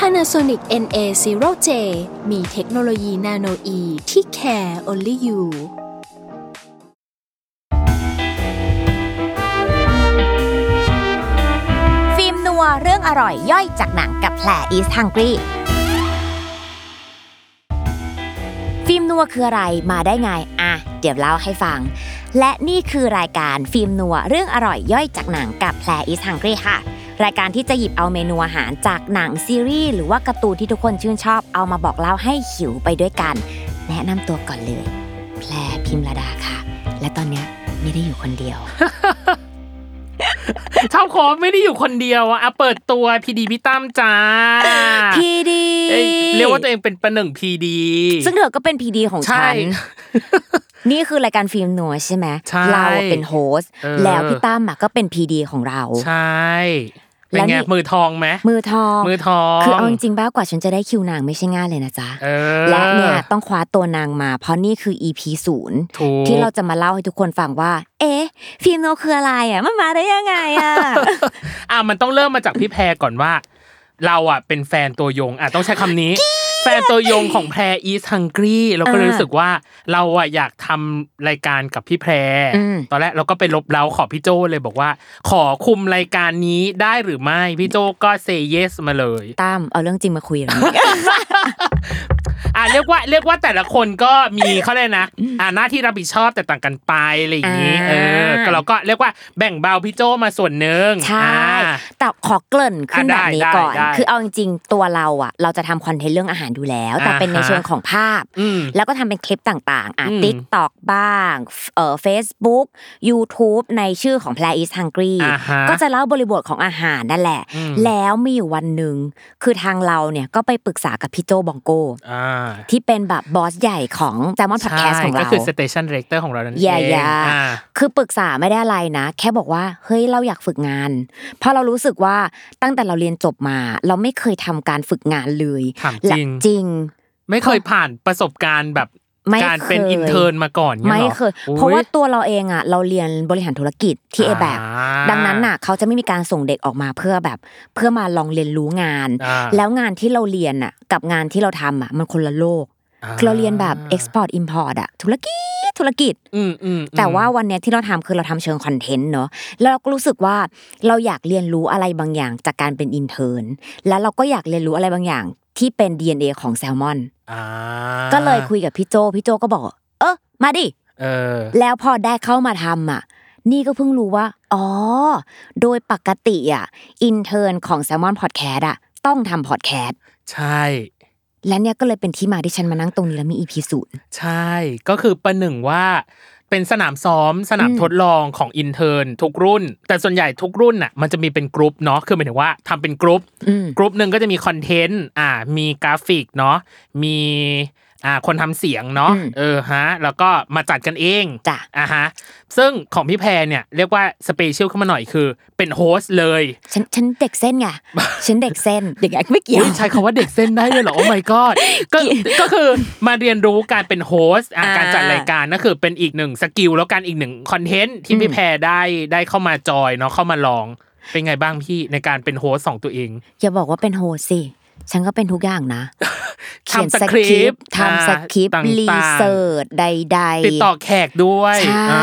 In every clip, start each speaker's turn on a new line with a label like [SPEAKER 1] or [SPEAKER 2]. [SPEAKER 1] Panasonic NA0J มีเทคโนโลยีนาโนอีที่ care only you
[SPEAKER 2] ฟิล์มนัวเรื่องอร่อยย่อยจากหนังกับแผลอีส h ังกี้ฟิล์มนัวคืออะไรมาได้ไง อ่ะ เดี๋ยวเล่าให้ฟัง และนี่คือรายการฟิล์มนัวเรื่องอร่อยย่อยจากหนังกับแผลอีส h ังกี้ค่ะ รายการที่จะหยิบเอาเมนูอาหารจากหนังซีรีส์หรือว่าการ์ตูนที่ทุกคนชื่นชอบเอามาบอกเล่าให้หิวไปด้วยกัน แนะนำตัวก่อนเลย แพรพิมรดาค่ะ และตอนเนี้ยไม่ได้อยู่คนเดียว
[SPEAKER 3] ชอบคอไม่ได้อยู่คนเดียวอะอ่ะเปิดตัวพีดีพี่ตั้มจ้า
[SPEAKER 2] พีดี
[SPEAKER 3] เอ้ยเรียกว่าตัวเองเป็นประหนึ่งพีดี
[SPEAKER 2] ซึ่งเธอก็เป็นพีดีของ
[SPEAKER 3] ใช่
[SPEAKER 2] ฉัน นี่คือรายการฟิล์มนัวใช่ไหม
[SPEAKER 3] ใช่
[SPEAKER 2] เราเป็นโฮสต์
[SPEAKER 3] เออ
[SPEAKER 2] แล้วพี่ตั้มอะก็เป็นพีดีของเรา
[SPEAKER 3] ใช่เป็น
[SPEAKER 2] แล้วนี่
[SPEAKER 3] ไงมือทองไหม
[SPEAKER 2] มือทอง
[SPEAKER 3] มือทอง
[SPEAKER 2] คือเอาจริงๆบ้ากว่าฉันจะได้คิวนางไม่ใช่ง่ายเลยนะจ๊ะ
[SPEAKER 3] เออ
[SPEAKER 2] และเนี่ยต้องคว้าตัวนางมา เพราะนี่คือ EP ศูนย์
[SPEAKER 3] ถูก
[SPEAKER 2] ที่เราจะมาเล่าให้ทุกคนฟังว่า เอ๊ะ ฟิล์มโนคืออะไรอ่ะ มันมาได้ยังไง อ่ะ
[SPEAKER 3] อ่ะมันต้องเริ่มมาจากพี่แพรก่อนว่า เราอ่ะเป็นแฟนตัวยงอ่ะต้องใช้คำนี้ แฟนตัวยงของแพรอีสฮังกี้เราก็เลย
[SPEAKER 2] อ่า
[SPEAKER 3] รู้สึกว่าเราอ่ะอยากทำรายการกับพี่แพร
[SPEAKER 2] อืม
[SPEAKER 3] ตอนแรกเราก็ไปลบเล้าขอพี่โจเลยบอกว่า ขอคุมรายการนี้ได้หรือไม่พี่โจก็เซเยสมาเลย
[SPEAKER 2] ตั้มเอาเรื่องจริงมาคุยเหรอ
[SPEAKER 3] อ่ะเรียกว่าเรียกว่าแต่ละคนก็มีเขาเลยกนะอ่าหน้าที่รับผิดชอบแต่ต่างกันไปอะไรอย่างนี้
[SPEAKER 2] อ่า
[SPEAKER 3] เออก็เราก็เรียกว่าแบ่งเบาพี่โจมาส่วนหนึ่ง
[SPEAKER 2] ใช่
[SPEAKER 3] อ่า
[SPEAKER 2] แต่ขอเกริ่นขึ้น
[SPEAKER 3] อ่ะ
[SPEAKER 2] แบ
[SPEAKER 3] ได้
[SPEAKER 2] บนี้
[SPEAKER 3] ได้
[SPEAKER 2] ก่อน
[SPEAKER 3] ได้
[SPEAKER 2] คือเอาจริงๆตัวเราอ่ะ เราจะทำคอนเทนต์เรื่องอาหารดูแล้ว แต่เป็นใน
[SPEAKER 3] อ่าฮะ
[SPEAKER 2] เชิงของภาพ
[SPEAKER 3] อืม
[SPEAKER 2] แล้วก็ทำเป็นคลิปต่างๆ อ่ะ
[SPEAKER 3] อืม
[SPEAKER 2] ติ๊กตอกบ้าง เอ่อ Facebook YouTube ในชื่อของ Play is Hungry
[SPEAKER 3] อ่าฮะ
[SPEAKER 2] ก็จะเล่าบริบทของอาหารนั่นแหละ
[SPEAKER 3] อืม
[SPEAKER 2] แล้วมีอยู่วันหนึ่ง คือทางเราเนี่ยก็ไปปรึกษากับพี่โจบองโก
[SPEAKER 3] อ่า
[SPEAKER 2] ที่เป็นแบบบอสใหญ่ของ s ซ l m o n Podcast ของ
[SPEAKER 3] ก็
[SPEAKER 2] เรา
[SPEAKER 3] คือสเตชันเรคเตอร์ของเรานั่นเอง
[SPEAKER 2] อย่าอย่า
[SPEAKER 3] อ่า
[SPEAKER 2] คือปรึกษาไม่ได้อะไรนะ แค่บอกว่า เฮ้ย เราอยากฝึกงาน เพราะเรารู้สึกว่าตั้งแต่เราเรียนจบมา เราไม่เคยทำการฝึกงานเลย
[SPEAKER 3] ถาม
[SPEAKER 2] และ
[SPEAKER 3] จริง
[SPEAKER 2] จริง
[SPEAKER 3] ไม่เคยผ่านประสบการณ์แบบ
[SPEAKER 2] ไม่
[SPEAKER 3] การเป็น
[SPEAKER 2] เคย
[SPEAKER 3] อินเทอร์มาก่อนงี้
[SPEAKER 2] ไม่
[SPEAKER 3] หอ
[SPEAKER 2] เคย
[SPEAKER 3] อุ๊
[SPEAKER 2] เพราะว่าตัวเราเองอ่ะ เราเรียนบริหารธุรกิจที่เอแบ
[SPEAKER 3] อ่า
[SPEAKER 2] ดังนั้นน่ะ เขาจะไม่มีการส่งเด็กออกมาเพื่อแบบ เพื่อมาลองเรียนรู้งาน
[SPEAKER 3] อ่า
[SPEAKER 2] แล้วงานที่เราเรียนน่ะ กับงานที่เราทำอ่ะ มันคนละโลกคือเราเรียนแบบ export import อ่ะ ธุรกิจธุรกิจ
[SPEAKER 3] อืมอืมอืม
[SPEAKER 2] แต่ว่าวันเนี้ยที่เราทำคือเราทำเชิงคอนเทนต์เนอะแล้วเราก็รู้สึกว่าเราอยากเรียนรู้อะไรบางอย่างจากการเป็นอินเทอร์นแล้วเราก็อยากเรียนรู้อะไรบางอย่างที่เป็น DNA ของแซลมอน
[SPEAKER 3] อ่า
[SPEAKER 2] ก็เลยคุยกับพี่โจพี่โจก็บอก เออมาดิ
[SPEAKER 3] เออ
[SPEAKER 2] แล้วพอได้เข้ามาทำอ่ะ นี่ก็เพิ่งรู้ว่า อ๋อ โดยปกติอ่ะ อินเทอร์นของ s ซ l m o n Podcast อ่ะ ต้องทำพอดแคสต์
[SPEAKER 3] ใช่
[SPEAKER 2] และเนี่ยก็เลยเป็นที่มาที่ฉันมานั่งตรงนี้แล้วมีอีพีศูนย์
[SPEAKER 3] ใช่ ก็คือประหนึ่งว่าเป็นสนามซ้อมสนาม
[SPEAKER 2] อืม
[SPEAKER 3] ทดลองของอินเทอร์นทุกรุ่น แต่ส่วนใหญ่ทุกรุ่นน่ะมันจะมีเป็นกรุ๊ปเนาะคือหมายถึงว่าทำเป็นกรุ๊ป
[SPEAKER 2] อืม
[SPEAKER 3] กรุ๊ปหนึ่งก็จะมีคอนเทนต์อ่ามีกราฟิกเนาะมีอ่าคนทำเสียงเนาะ
[SPEAKER 2] อืม
[SPEAKER 3] เออฮะแล้วก็มาจัดกันเอง
[SPEAKER 2] จ้ะ
[SPEAKER 3] อ่าฮะซึ่งของพี่แพรเนี่ยเรียกว่าสเปเชียลขึ้นมาหน่อยคือเป็นโฮสต์เลย
[SPEAKER 2] ฉันฉันเด็กเส้นไง ฉันเด็กเส้นเด็กไม่เกี่ยว
[SPEAKER 3] อุ๊ยใช้คำว่าเด็กเส้นได้เลยเหรอ โอ้ my god ก็ก็คือมาเรียนรู้การเป็นโฮสต์อ่ะ
[SPEAKER 2] อ่า
[SPEAKER 3] การจัดรายการนั่นคือเป็นอีกหนึ่งสกิลแล้วการอีกหนึ่งคอนเทนต์ที่พี่
[SPEAKER 2] อืม
[SPEAKER 3] แพรได้ได้เข้ามาจอยเนาะเข้ามาลองเป็นไงบ้างพี่ในการเป็นโฮสต์ของตัวเอง
[SPEAKER 2] อย่าบอกว่าเป็นโฮสต์สิ ฉันก็เป็นทุกอย่างนะ เขียน
[SPEAKER 3] ทำส
[SPEAKER 2] ส
[SPEAKER 3] ค
[SPEAKER 2] ค
[SPEAKER 3] ริ
[SPEAKER 2] ริ
[SPEAKER 3] ป
[SPEAKER 2] ป
[SPEAKER 3] ต์
[SPEAKER 2] ต์ทำสคริปต์
[SPEAKER 3] อ่า
[SPEAKER 2] รี
[SPEAKER 3] ต่างๆ
[SPEAKER 2] เสิร์ชใดๆ
[SPEAKER 3] ติดต่อแขกด้วย
[SPEAKER 2] ใช่
[SPEAKER 3] อ่า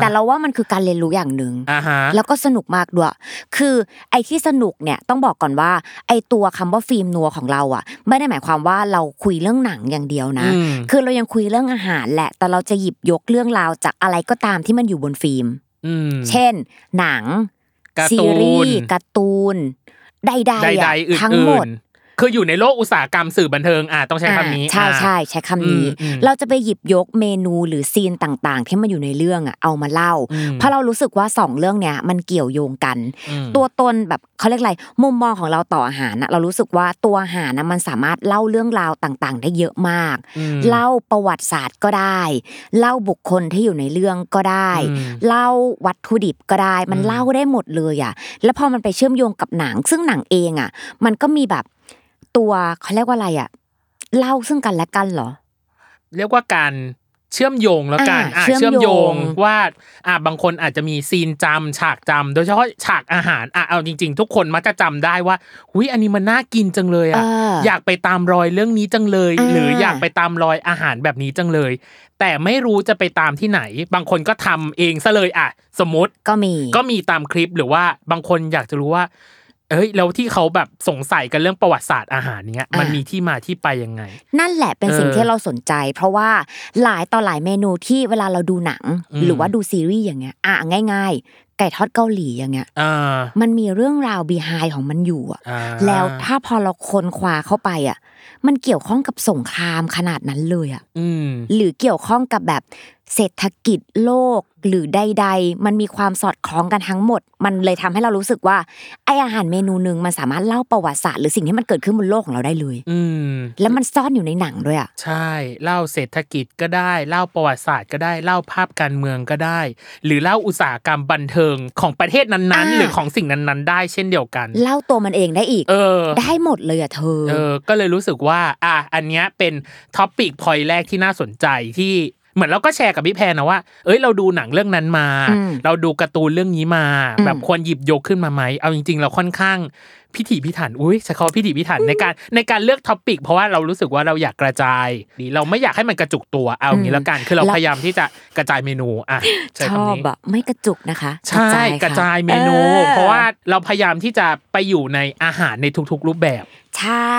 [SPEAKER 2] แต่เราว่ามันคือการเรียนรู้อย่างหนึ่ง
[SPEAKER 3] อ่าฮะ
[SPEAKER 2] แล้วก็สนุกมากด้วย คือไอ้ที่สนุกเนี่ยต้องบอกก่อนว่า ไอ้ตัวคำว่าฟิล์มนัวของเราอ่ะ ไม่ได้หมายความว่าเราคุยเรื่องหนังอย่างเดียวนะ
[SPEAKER 3] อืม
[SPEAKER 2] คือเรายังคุยเรื่องอาหารแหละ แต่เราจะหยิบยกเรื่องราวจากอะไรก็ตามที่มันอยู่บนฟิล์ม
[SPEAKER 3] อืม
[SPEAKER 2] เช่น หนัง
[SPEAKER 3] การ์
[SPEAKER 2] ซี
[SPEAKER 3] ตูน
[SPEAKER 2] รีส์การ์ตูน ใดๆ
[SPEAKER 3] ใด
[SPEAKER 2] อะ
[SPEAKER 3] ๆอื่น
[SPEAKER 2] ทั้ง
[SPEAKER 3] ๆ
[SPEAKER 2] หมด
[SPEAKER 3] คืออยู่ในโลกอุตสาหกรรมสื่อบันเทิงอ่ะต้องใช้คำนี้
[SPEAKER 2] อ่าใช่
[SPEAKER 3] อ่ะ
[SPEAKER 2] ใช่ใช้คำนี้
[SPEAKER 3] อืมอืม
[SPEAKER 2] เราจะไปหยิบยกเมนูหรือซีนต่างๆ ที่มันอยู่ในเรื่องอ่ะเอามาเล่า
[SPEAKER 3] อืม
[SPEAKER 2] เพราะเรารู้สึกว่าสองเรื่องเนี้ยมันเกี่ยวโยงกัน
[SPEAKER 3] อืม
[SPEAKER 2] ตัวตนแบบเขาเรียกอะไรมุมมองของเราต่ออาหารนะเรารู้สึกว่าตัวอาหารนะมันสามารถเล่าเรื่องราวต่างๆ ได้เยอะมาก
[SPEAKER 3] อืม
[SPEAKER 2] เล่าประวัติศาสตร์ก็ได้ เล่าบุคคลที่อยู่ในเรื่องก็ได้
[SPEAKER 3] อืม
[SPEAKER 2] เล่าวัตถุดิบก็ได้ มัน
[SPEAKER 3] อืม
[SPEAKER 2] เล่าได้หมดเลยอ่ะแล้วพอมันไปเชื่อมโยงกับหนัง ซึ่งหนังเองอ่ะ มันก็มีแบบตัวเขาเรียกว่าอะไรอ่ะเล่าซึ่งกันและกันเหรอ
[SPEAKER 3] เรียกว่าการเชื่อมโยงแล้วกัน
[SPEAKER 2] อ่า
[SPEAKER 3] อ่ะ
[SPEAKER 2] เชื่อม
[SPEAKER 3] เชื่อมโยง
[SPEAKER 2] โยง
[SPEAKER 3] ว่าอ่ะบางคนอาจจะมีซีนจำฉากจำโดยเฉพาะฉากอาหารอ่ะเอาจริง ๆ ทุกคนมักจะจำได้ว่าอุ้ยอันนี้มันน่ากินจังเลย
[SPEAKER 2] เอ
[SPEAKER 3] อ่ะ
[SPEAKER 2] อ
[SPEAKER 3] อยากไปตามรอยเรื่องนี้จังเลย
[SPEAKER 2] อ่า
[SPEAKER 3] หรืออยากไปตามรอยอาหารแบบนี้จังเลย แต่ไม่รู้จะไปตามที่ไหน บางคนก็ทำเองซะเลยอ่ะ สมมติ
[SPEAKER 2] ก็มี
[SPEAKER 3] ก็มีตามคลิปหรือว่าบางคนอยากจะรู้ว่า เอ้ยแล้วที่เขาแบบสงสัยกันเรื่องประวัติศาสตร์อาหารเนี้ยมันมีที่มาที่ไปยังไง
[SPEAKER 2] นั่นแหละเป็น
[SPEAKER 3] เออ
[SPEAKER 2] สิ่งที่เราสนใจ เพราะว่าหลายต่อหลายเมนูที่เวลาเราดูหนัง
[SPEAKER 3] อืม
[SPEAKER 2] หรือว่าดูซีรีส์อย่างเงี้ยอ่ะง่าย ๆ ไก่ทอดเกาหลีอย่างเงี้ย
[SPEAKER 3] อ่า
[SPEAKER 2] มันมีเรื่องราวบีไฮของมันอยู่อ่ะ
[SPEAKER 3] อ่า
[SPEAKER 2] แล้วถ้าพอเราค้นคว้าเข้าไปอ่ะ มันเกี่ยวข้องกับสงครามขนาดนั้นเลยอ่ะ
[SPEAKER 3] อืม
[SPEAKER 2] หรือเกี่ยวข้องกับแบบเศรษฐกิจโลกหรือใด ๆ มันมีความสอดคล้องกันทั้งหมด มันเลยทำให้เรารู้สึกว่าไออาหารเมนูหนึ่งมันสามารถเล่าประวัติศาสตร์หรือสิ่งที่มันเกิดขึ้นบนโลกของเราได้เลย
[SPEAKER 3] อืม
[SPEAKER 2] แล้วมันซ่อนอยู่ในหนังด้วยอ่ะ
[SPEAKER 3] ใช่ เล่าเศรษฐกิจก็ได้ เล่าประวัติศาสตร์ก็ได้ เล่าภาพการเมืองก็ได้ หรือเล่าอุตสาหกรรมบันเทิงของประเทศนั้นๆ
[SPEAKER 2] อ่า
[SPEAKER 3] หรือของสิ่งนั้นๆ ได้เช่นเดียวกัน
[SPEAKER 2] เล่าตัวมันเองได้อีก
[SPEAKER 3] เออ
[SPEAKER 2] ได้หมดเลยอ่ะเธอ
[SPEAKER 3] เออ ก็เลยรู้สึกว่า อ่ะ อันเนี้ยเป็นท็อปิกพอยแรกที่น่าสนใจที่เหมือนเราก็แชร์กับพี่แพรนะว่า เอ้ย เราดูหนังเรื่องนั้นมา
[SPEAKER 2] อืม
[SPEAKER 3] เราดูการ์ตูนเรื่องนี้มา
[SPEAKER 2] อืม
[SPEAKER 3] แบบควรหยิบยกขึ้นมาไหม เอาจริง ๆ เราค่อนข้างพิถีพิถัน อุ้ยใช้คำว่าพิถีพิถันในการในการเลือกท็อปิกเพราะว่าเรารู้สึกว่าเราอยากกระจายดีเราไม่อยากให้มันกระจุกตัว เอาอย่างนี้แล้วกัน คือเราพยายามที่จะกระจายเมนู อ่ะใช้
[SPEAKER 2] ชอ
[SPEAKER 3] คำนี้
[SPEAKER 2] บอ่ะไม่กระจุกนะคะ
[SPEAKER 3] ใช่
[SPEAKER 2] ค่
[SPEAKER 3] กระจายเมนู
[SPEAKER 2] ออ
[SPEAKER 3] เพราะว่าเราพยายามที่จะไปอยู่ในอาหารในทุกๆ รูปแบบ
[SPEAKER 2] ใช่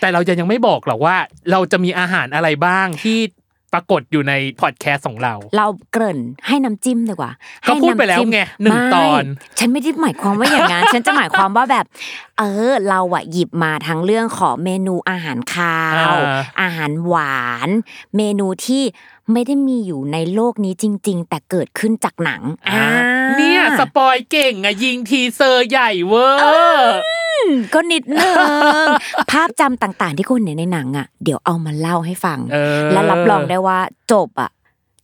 [SPEAKER 3] แต่เราจะยังไม่บอกหรอกว่าเราจะมีอาหารอะไรบ้างที่ปรากฏอยู่ในพอดแคสต์ของเรา
[SPEAKER 2] เราเกริ่นให้น้ำจิ้มดีกว่า
[SPEAKER 3] ก็
[SPEAKER 2] ให้
[SPEAKER 3] พูดไปแล้ว
[SPEAKER 2] น้ำจิ้ม
[SPEAKER 3] ไงหนึ่ง
[SPEAKER 2] ม่
[SPEAKER 3] ตอน
[SPEAKER 2] ฉันไม่ได้หมายความว่าอย่างนั้น ฉันจะหมายความว่าแบบ เออ เราอะหยิบมาทั้งเรื่องของเมนูอาหารคาว
[SPEAKER 3] อ่า
[SPEAKER 2] อาหารหวาน เมนูที่ไม่ได้มีอยู่ในโลกนี้จริง ๆ แต่เกิดขึ้นจากหนังอ่า
[SPEAKER 3] เนี่ยสปอยเก่งอะยิงทีเซอร์ใหญ่เวอร์
[SPEAKER 2] อืมก็นิดนึง ภาพจำต่างๆ ที่คุณเห็นในหนังอะเดี๋ยวเอามาเล่าให้ฟัง
[SPEAKER 3] เออ
[SPEAKER 2] และรับรองได้ว่าจบอะ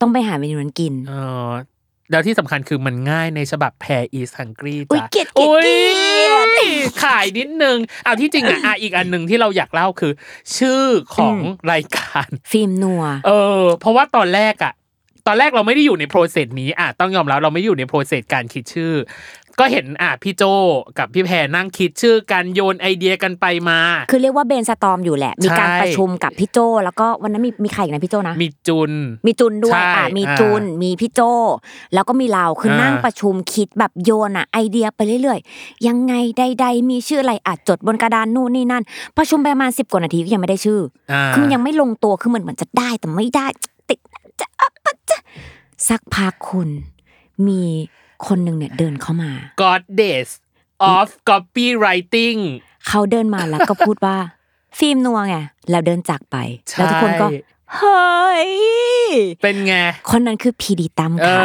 [SPEAKER 2] ต้องไปหาเมนูนั้นกิน
[SPEAKER 3] เออแล้วที่สำคัญคือมันง่ายในฉบับแพรอีสังกรี
[SPEAKER 2] อุ๊ย
[SPEAKER 3] จ้ะ
[SPEAKER 2] เกลียดเกลียดเกลียด
[SPEAKER 3] อุ๊ยขายนิดนึงเอาที่จริงอะอ่ะอีกอันหนึ่งที่เราอยากเล่าคือ ชื่อของรายการ
[SPEAKER 2] ฟิล์มนัว
[SPEAKER 3] เออเพราะว่าตอนแรกอะตอนแรกเราไม่ได้อยู่ในโปรเซสนี้อ่ะต้องยอมรับเราไม่ได้อยู่ในโปรเซสการคิดชื่อ ก็เห็นอ่ะพี่โจกับพี่แพรนั่งคิดชื่อกันโยนไอเดียกันไปมา
[SPEAKER 2] คือเรียกว่าเบนสตอมอยู่แหละ มีการ
[SPEAKER 3] ใช่
[SPEAKER 2] ประชุมกับพี่โจ แล้วก็วันนั้นมีมีใครอีกนะพี่โจนะ
[SPEAKER 3] มีจุน
[SPEAKER 2] มีจุนด้วย
[SPEAKER 3] ใช่
[SPEAKER 2] อ่ะมี
[SPEAKER 3] อ่า
[SPEAKER 2] จุน มีพี่โจ แล้วก็มีเรา คืออา
[SPEAKER 3] นั่
[SPEAKER 2] นั่งประชุมคิดแบบโยนอะไอเดียไปเรื่อยๆ ยังไงใด ๆ มีชื่ออะไรอ่ะจดบนกระดานนู่นนี่นั่น ประชุมไปประมาณสิบกว่านาทีก็ยังไม่ได้ชื่อ
[SPEAKER 3] อ่า
[SPEAKER 2] อคือมันยังไม่ลงตัว คือมันเหมือนจะได้แต่ไม่ได้ ติดจะอัปปะจะสักพักคุณ มีคนหนึ่งเนี่ยเดินเข้ามา
[SPEAKER 3] กอดเดส of copywriting
[SPEAKER 2] เขาเดินมาแล้วก็พูดว่า ฟิล์มนัวไงแล้วเดินจากไป
[SPEAKER 3] ใช่
[SPEAKER 2] แล้วทุกคนก็เฮ้ย
[SPEAKER 3] เป็นไง
[SPEAKER 2] คนนั้นคือพีดีตั้ม
[SPEAKER 3] เอ
[SPEAKER 2] ค่ะ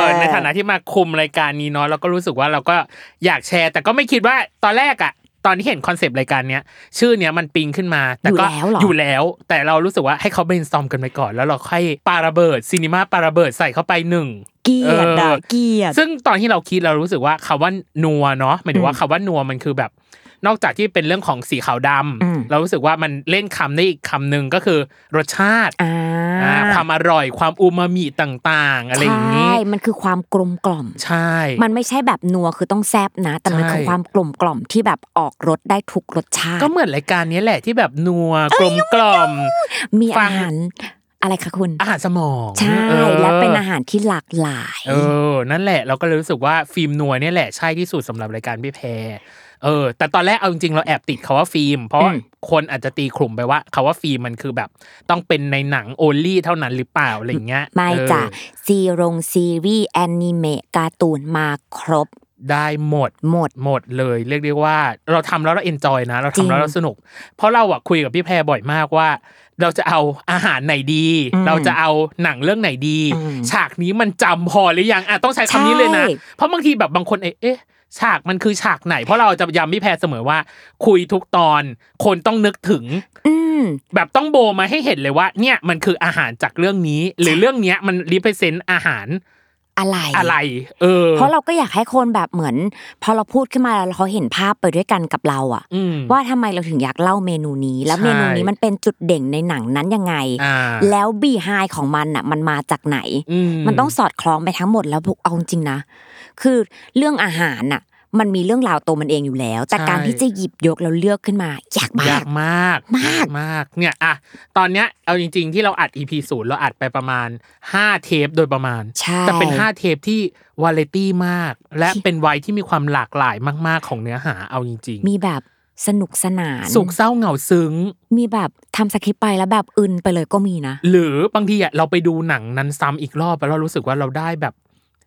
[SPEAKER 3] อ ในฐานะที่มาคุมรายการนี้เนาะเราก็รู้สึกว่าเราก็อยากแชร์ แต่ก็ไม่คิดว่าตอนแรกอะตอนที่เห็นคอนเซปต์รายการเนี้ยชื่อเนี้ยมันปิงขึ้นมาแต่ก็อยู่แล้ว แต่เรารู้สึกว่าให้เขาเบนซอมกันไปก่อน แล้วเราค่อยปาระเบิดซีนิมาปาระเบิดใส่เข้าไปหนึ่ง
[SPEAKER 2] เกลียด
[SPEAKER 3] เอ
[SPEAKER 2] อะ
[SPEAKER 3] อ
[SPEAKER 2] เกลียด
[SPEAKER 3] ซึ่งตอนที่เราคิดเรารู้สึกว่าคำว่านัวเนาะหมายถึงว่าคำว่านัวมันคือแบบ นอกจากที่เป็นเรื่องของสีขาวดำ
[SPEAKER 2] อืม
[SPEAKER 3] เรารู้สึกว่ามันเล่นคำได้อีกคำหนึ่งก็คือรสชาติ
[SPEAKER 2] อ่า
[SPEAKER 3] อ่าความอร่อยความอูมามิต่างๆ อะไรอย่างนี้
[SPEAKER 2] ใช่มันคือความกลมกล่อม
[SPEAKER 3] ใช่
[SPEAKER 2] มันไม่ใช่แบบนัวคือต้องแซบนะ แต่มัน
[SPEAKER 3] ใช่
[SPEAKER 2] คือความกลมกล่อมที่แบบออกรสได้ทุกรสชาติ
[SPEAKER 3] ก็เหมือนรายการนี้แหละที่แบบนัวกลมกล่อม
[SPEAKER 2] มี
[SPEAKER 3] ฟั
[SPEAKER 2] อาง หารอะไรคะคุณ
[SPEAKER 3] อาหารสมอง
[SPEAKER 2] ใช่
[SPEAKER 3] ออ
[SPEAKER 2] และเป็นอาหารที่หลากหลาย
[SPEAKER 3] เออ นั่นแหละเราก็เลยรู้สึกว่าฟิล์มนัวเนี่ยแหละใช่ที่สุดสำหรับรายการพี่แพรเออ แต่ตอนแรกเอาจริงๆเราแอบติดคาว่าฟิล์ม เพราะ
[SPEAKER 2] อืม
[SPEAKER 3] คนอาจจะตีขลุ่มไปว่าคาว่าฟิล์มมันคือแบบ ต้องเป็นในหนังโอลี่เท่านั้นหรือเปล่าอะไรอย่างเงี้ย
[SPEAKER 2] ไม่
[SPEAKER 3] เออ
[SPEAKER 2] จ้ะซีรงซีรีส์แอนิเมะการ์ตูนมาครบ
[SPEAKER 3] ได้หมด
[SPEAKER 2] หมด
[SPEAKER 3] หมดเลย เรียกได้ว่าเราทำแล้วเราเอนจอยนะ เรา
[SPEAKER 2] จริ
[SPEAKER 3] ทำ
[SPEAKER 2] ง
[SPEAKER 3] แล้วเราสนุก เพราะเราอะคุยกับพี่แพรบ่อยมากว่า เราจะเอาอาหารไหนดี
[SPEAKER 2] อืม
[SPEAKER 3] เราจะเอาหนังเรื่องไหนดี
[SPEAKER 2] อืม
[SPEAKER 3] ฉากนี้มันจำพอหรือยังอ่ะต้องใช้คำนี้เลยนะ
[SPEAKER 2] ใช่
[SPEAKER 3] เพราะบางทีแบบบางคนเอ๊ะเอ๊ะฉากมันคือฉากไหน เพราะเราจะย้ำพี่แพรเสมอว่า คุยทุกตอน คนต้องนึกถึง
[SPEAKER 2] อืม
[SPEAKER 3] แบบต้องโบมาให้เห็นเลยว่า เนี่ยมันคืออาหารจากเรื่องนี้ หรือเรื่องเนี้ยมันรีเพรสเซนต์อาหาร
[SPEAKER 2] อะไร
[SPEAKER 3] อะไร เออ
[SPEAKER 2] เพราะเราก็อยากให้คนแบบเหมือน พอเราพูดขึ้นมาแล้วเขาเห็นภาพไปด้วยกันกับเราอะ
[SPEAKER 3] อืม
[SPEAKER 2] ว่าทำไมเราถึงอยากเล่าเมนูนี้ แล้ว
[SPEAKER 3] ใช่
[SPEAKER 2] เมนูนี้มันเป็นจุดเด่นในหนังนั้นยังไง
[SPEAKER 3] อ่า
[SPEAKER 2] แล้วบีไฮของมันอะมันมาจากไหน
[SPEAKER 3] อื
[SPEAKER 2] มันต้องสอดคล้องไปทั้งหมดแล้วพวกเอาจริงๆนะ คือเรื่องอาหารน่ะ มันมีเรื่องราวตัวมันเองอยู่แล้ว แต่การที่จะหยิบยกแล้วเลือกขึ้นมายากมาย
[SPEAKER 3] าก กมาก
[SPEAKER 2] มาก
[SPEAKER 3] มากเนี่ยอ่ะตอนเนี้ยเอาจริง ๆ ที่เราอัด EP ศูนย์เราอัดไปประมาณ 5 เทปโดยประมาณ
[SPEAKER 2] ใช่
[SPEAKER 3] แต่เป็น 5 เทปที่วาเลตี้มาก และเป็นวัยที่มีความหลากหลายมากๆของเนื้อหาเอาจริง
[SPEAKER 2] มีแบบสนุกสนาน
[SPEAKER 3] ๆสุขเศร้าเหงาซึ้ง
[SPEAKER 2] มีแบบทำสคริปต์ไปแล้วแบบอึนไปเลยก็มีนะ
[SPEAKER 3] หรือบางทีอะเราไปดูหนังนั้นซ้ำอีกรอบแล้วเรารู้สึกว่าเราได้แบบ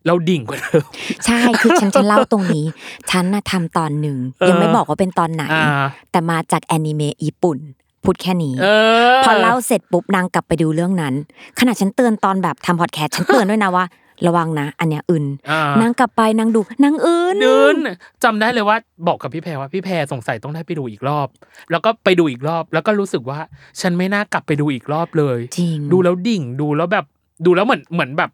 [SPEAKER 3] เราดิ่งกว่าเดิม
[SPEAKER 2] ใช่คือฉันจะเล่าตรงนี้ ฉันน่ะทำตอนหนึ่ง
[SPEAKER 3] เออ
[SPEAKER 2] ยังไม่บอกว่าเป็นตอนไหน
[SPEAKER 3] อ่า
[SPEAKER 2] แต่มาจากแอนิเมะญี่ปุ่นพูดแค่นี้
[SPEAKER 3] เออ
[SPEAKER 2] พอเล่าเสร็จปุ๊บนางกลับไปดูเรื่องนั้นขณะฉันเตือนตอนแบบทำพอดแคสต์ฉันเตือนด้วยนะว่า ระวังนะ อันเนี้ยอึน
[SPEAKER 3] อ่าน
[SPEAKER 2] างกลับไปนางดูนางอื่น
[SPEAKER 3] เดินจำได้เลยว่าบอกกับพี่แพรว่าพี่แพรสงสัยต้องได้ไปดูอีกรอบ แล้วก็ไปดูอีกรอบ แล้วก็รู้สึกว่าฉันไม่น่ากลับไปดูอีกรอบเลย
[SPEAKER 2] จริง
[SPEAKER 3] ดูแล้วดิ่งดูแล้วแบบดูแล้วเหมือนเหมือนแบบ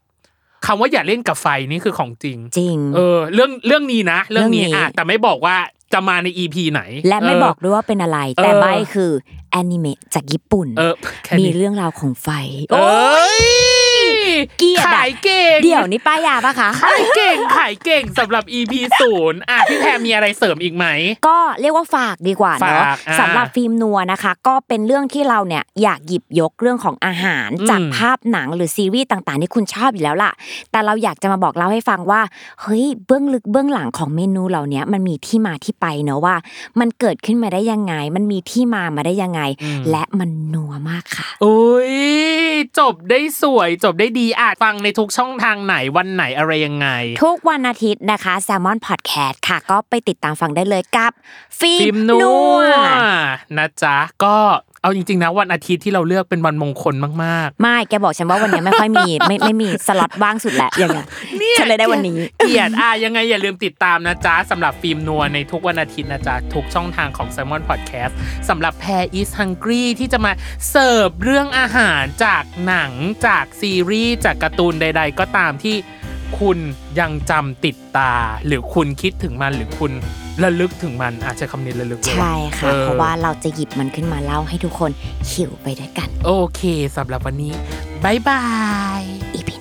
[SPEAKER 3] คำว่าอย่าเล่นกับไฟนี่คือของจริง
[SPEAKER 2] จริง
[SPEAKER 3] เออ เรื่องเรื่องนี้นะ เรื่อง
[SPEAKER 2] เรื่อ
[SPEAKER 3] นี้
[SPEAKER 2] งนี้
[SPEAKER 3] อ่ะแต่ไม่บอกว่าจะมาในอีพีไหน
[SPEAKER 2] และไม่
[SPEAKER 3] เ
[SPEAKER 2] บอกด้วยว่าเป็นอะไร แต่ใบคือแอนิเมะจากญี่ปุ่น
[SPEAKER 3] เออแค่
[SPEAKER 2] มี
[SPEAKER 3] นี้
[SPEAKER 2] เรื่องราวของไฟ
[SPEAKER 3] เอ
[SPEAKER 2] โอ้ย
[SPEAKER 3] ้ย
[SPEAKER 2] เกลียดอะ
[SPEAKER 3] ขายเก่ง
[SPEAKER 2] เดี๋ยวนี้ป้ายาปะคะ
[SPEAKER 3] ขายเก่งขายเก่งสำหรับ EP ศูนย์อ่ะพี่แพรมีอะไรเสริมอีกไหม
[SPEAKER 2] ก็เรียกว่าฝากดีกว่าเนาะ
[SPEAKER 3] ฝากอ่า
[SPEAKER 2] สำหรับฟิล์มนัวนะคะ ก็เป็นเรื่องที่เราเนี่ยอยากหยิบยกเรื่องของอาหาร
[SPEAKER 3] อืม
[SPEAKER 2] จากภาพหนังหรือซีรีส์ต่างๆที่คุณชอบอยู่แล้วล่ะ แต่เราอยากจะมาบอกเล่าให้ฟังว่าเฮ้ยเบื้องลึกเบื้องหลังของเมนูเหล่าเนี้ยมันมีที่มาที่ไปเนาะว่า มันเกิดขึ้นมาได้ยังไง มันมีที่มามาได้ยังไง
[SPEAKER 3] อืม
[SPEAKER 2] และมันนัวมากค่ะ
[SPEAKER 3] อุ้ยจบได้สวยจบได้ดีอ่ะฟังในทุกช่องทางไหนวันไหนอะไรยังไง
[SPEAKER 2] ทุกวันอาทิตย์นะคะ s ซ l m o n Podcast ค่ะ ก็ไปติดตามฟังได้เลยกับฟิล์
[SPEAKER 3] ฟิล์
[SPEAKER 2] ม
[SPEAKER 3] มนั
[SPEAKER 2] นั
[SPEAKER 3] ว
[SPEAKER 2] ว
[SPEAKER 3] นะจ๊ะ ก็เอาจริง ๆ นะ วันอาทิตย์ที่เราเลือกเป็นวันมงคลมาก
[SPEAKER 2] ไม่แกบอกฉันว่าวันเนี้ยไม่ค่อยมี ไม่ไม่มีสล็อตว่างสุดแหละอย่างเงี้ย
[SPEAKER 3] เนี่ย
[SPEAKER 2] ฉันเลยได้วันนี้
[SPEAKER 3] ๆ เกลียดอ่ะยังไงอย่าลืมติดตามนะจ๊ะสำหรับฟิล์มนัวในทุกวันอาทิตย์นะจ๊ะ ทุกช่องทางของ s ซ l m o n Podcast สำหรับแพร is hungry ที่จะมาเสิร์ฟเรื่องอาหารจากหนังจากซีรีส์จากการ์ตูนใด ๆ ก็ตามที่คุณยังจำติดตา หรือคุณคิดถึงมันหรือคุณระลึกถึงมันอาจจะใช้คำนี้ระลึกเลยว่
[SPEAKER 2] ใช่ค่ะ
[SPEAKER 3] ออ
[SPEAKER 2] เพราะว่าเราจะหยิบมันขึ้นมาเล่าให้ทุกคนหิวไปด้วยกัน
[SPEAKER 3] โอเคสำหรับวันนี้บายบาย
[SPEAKER 2] อีพี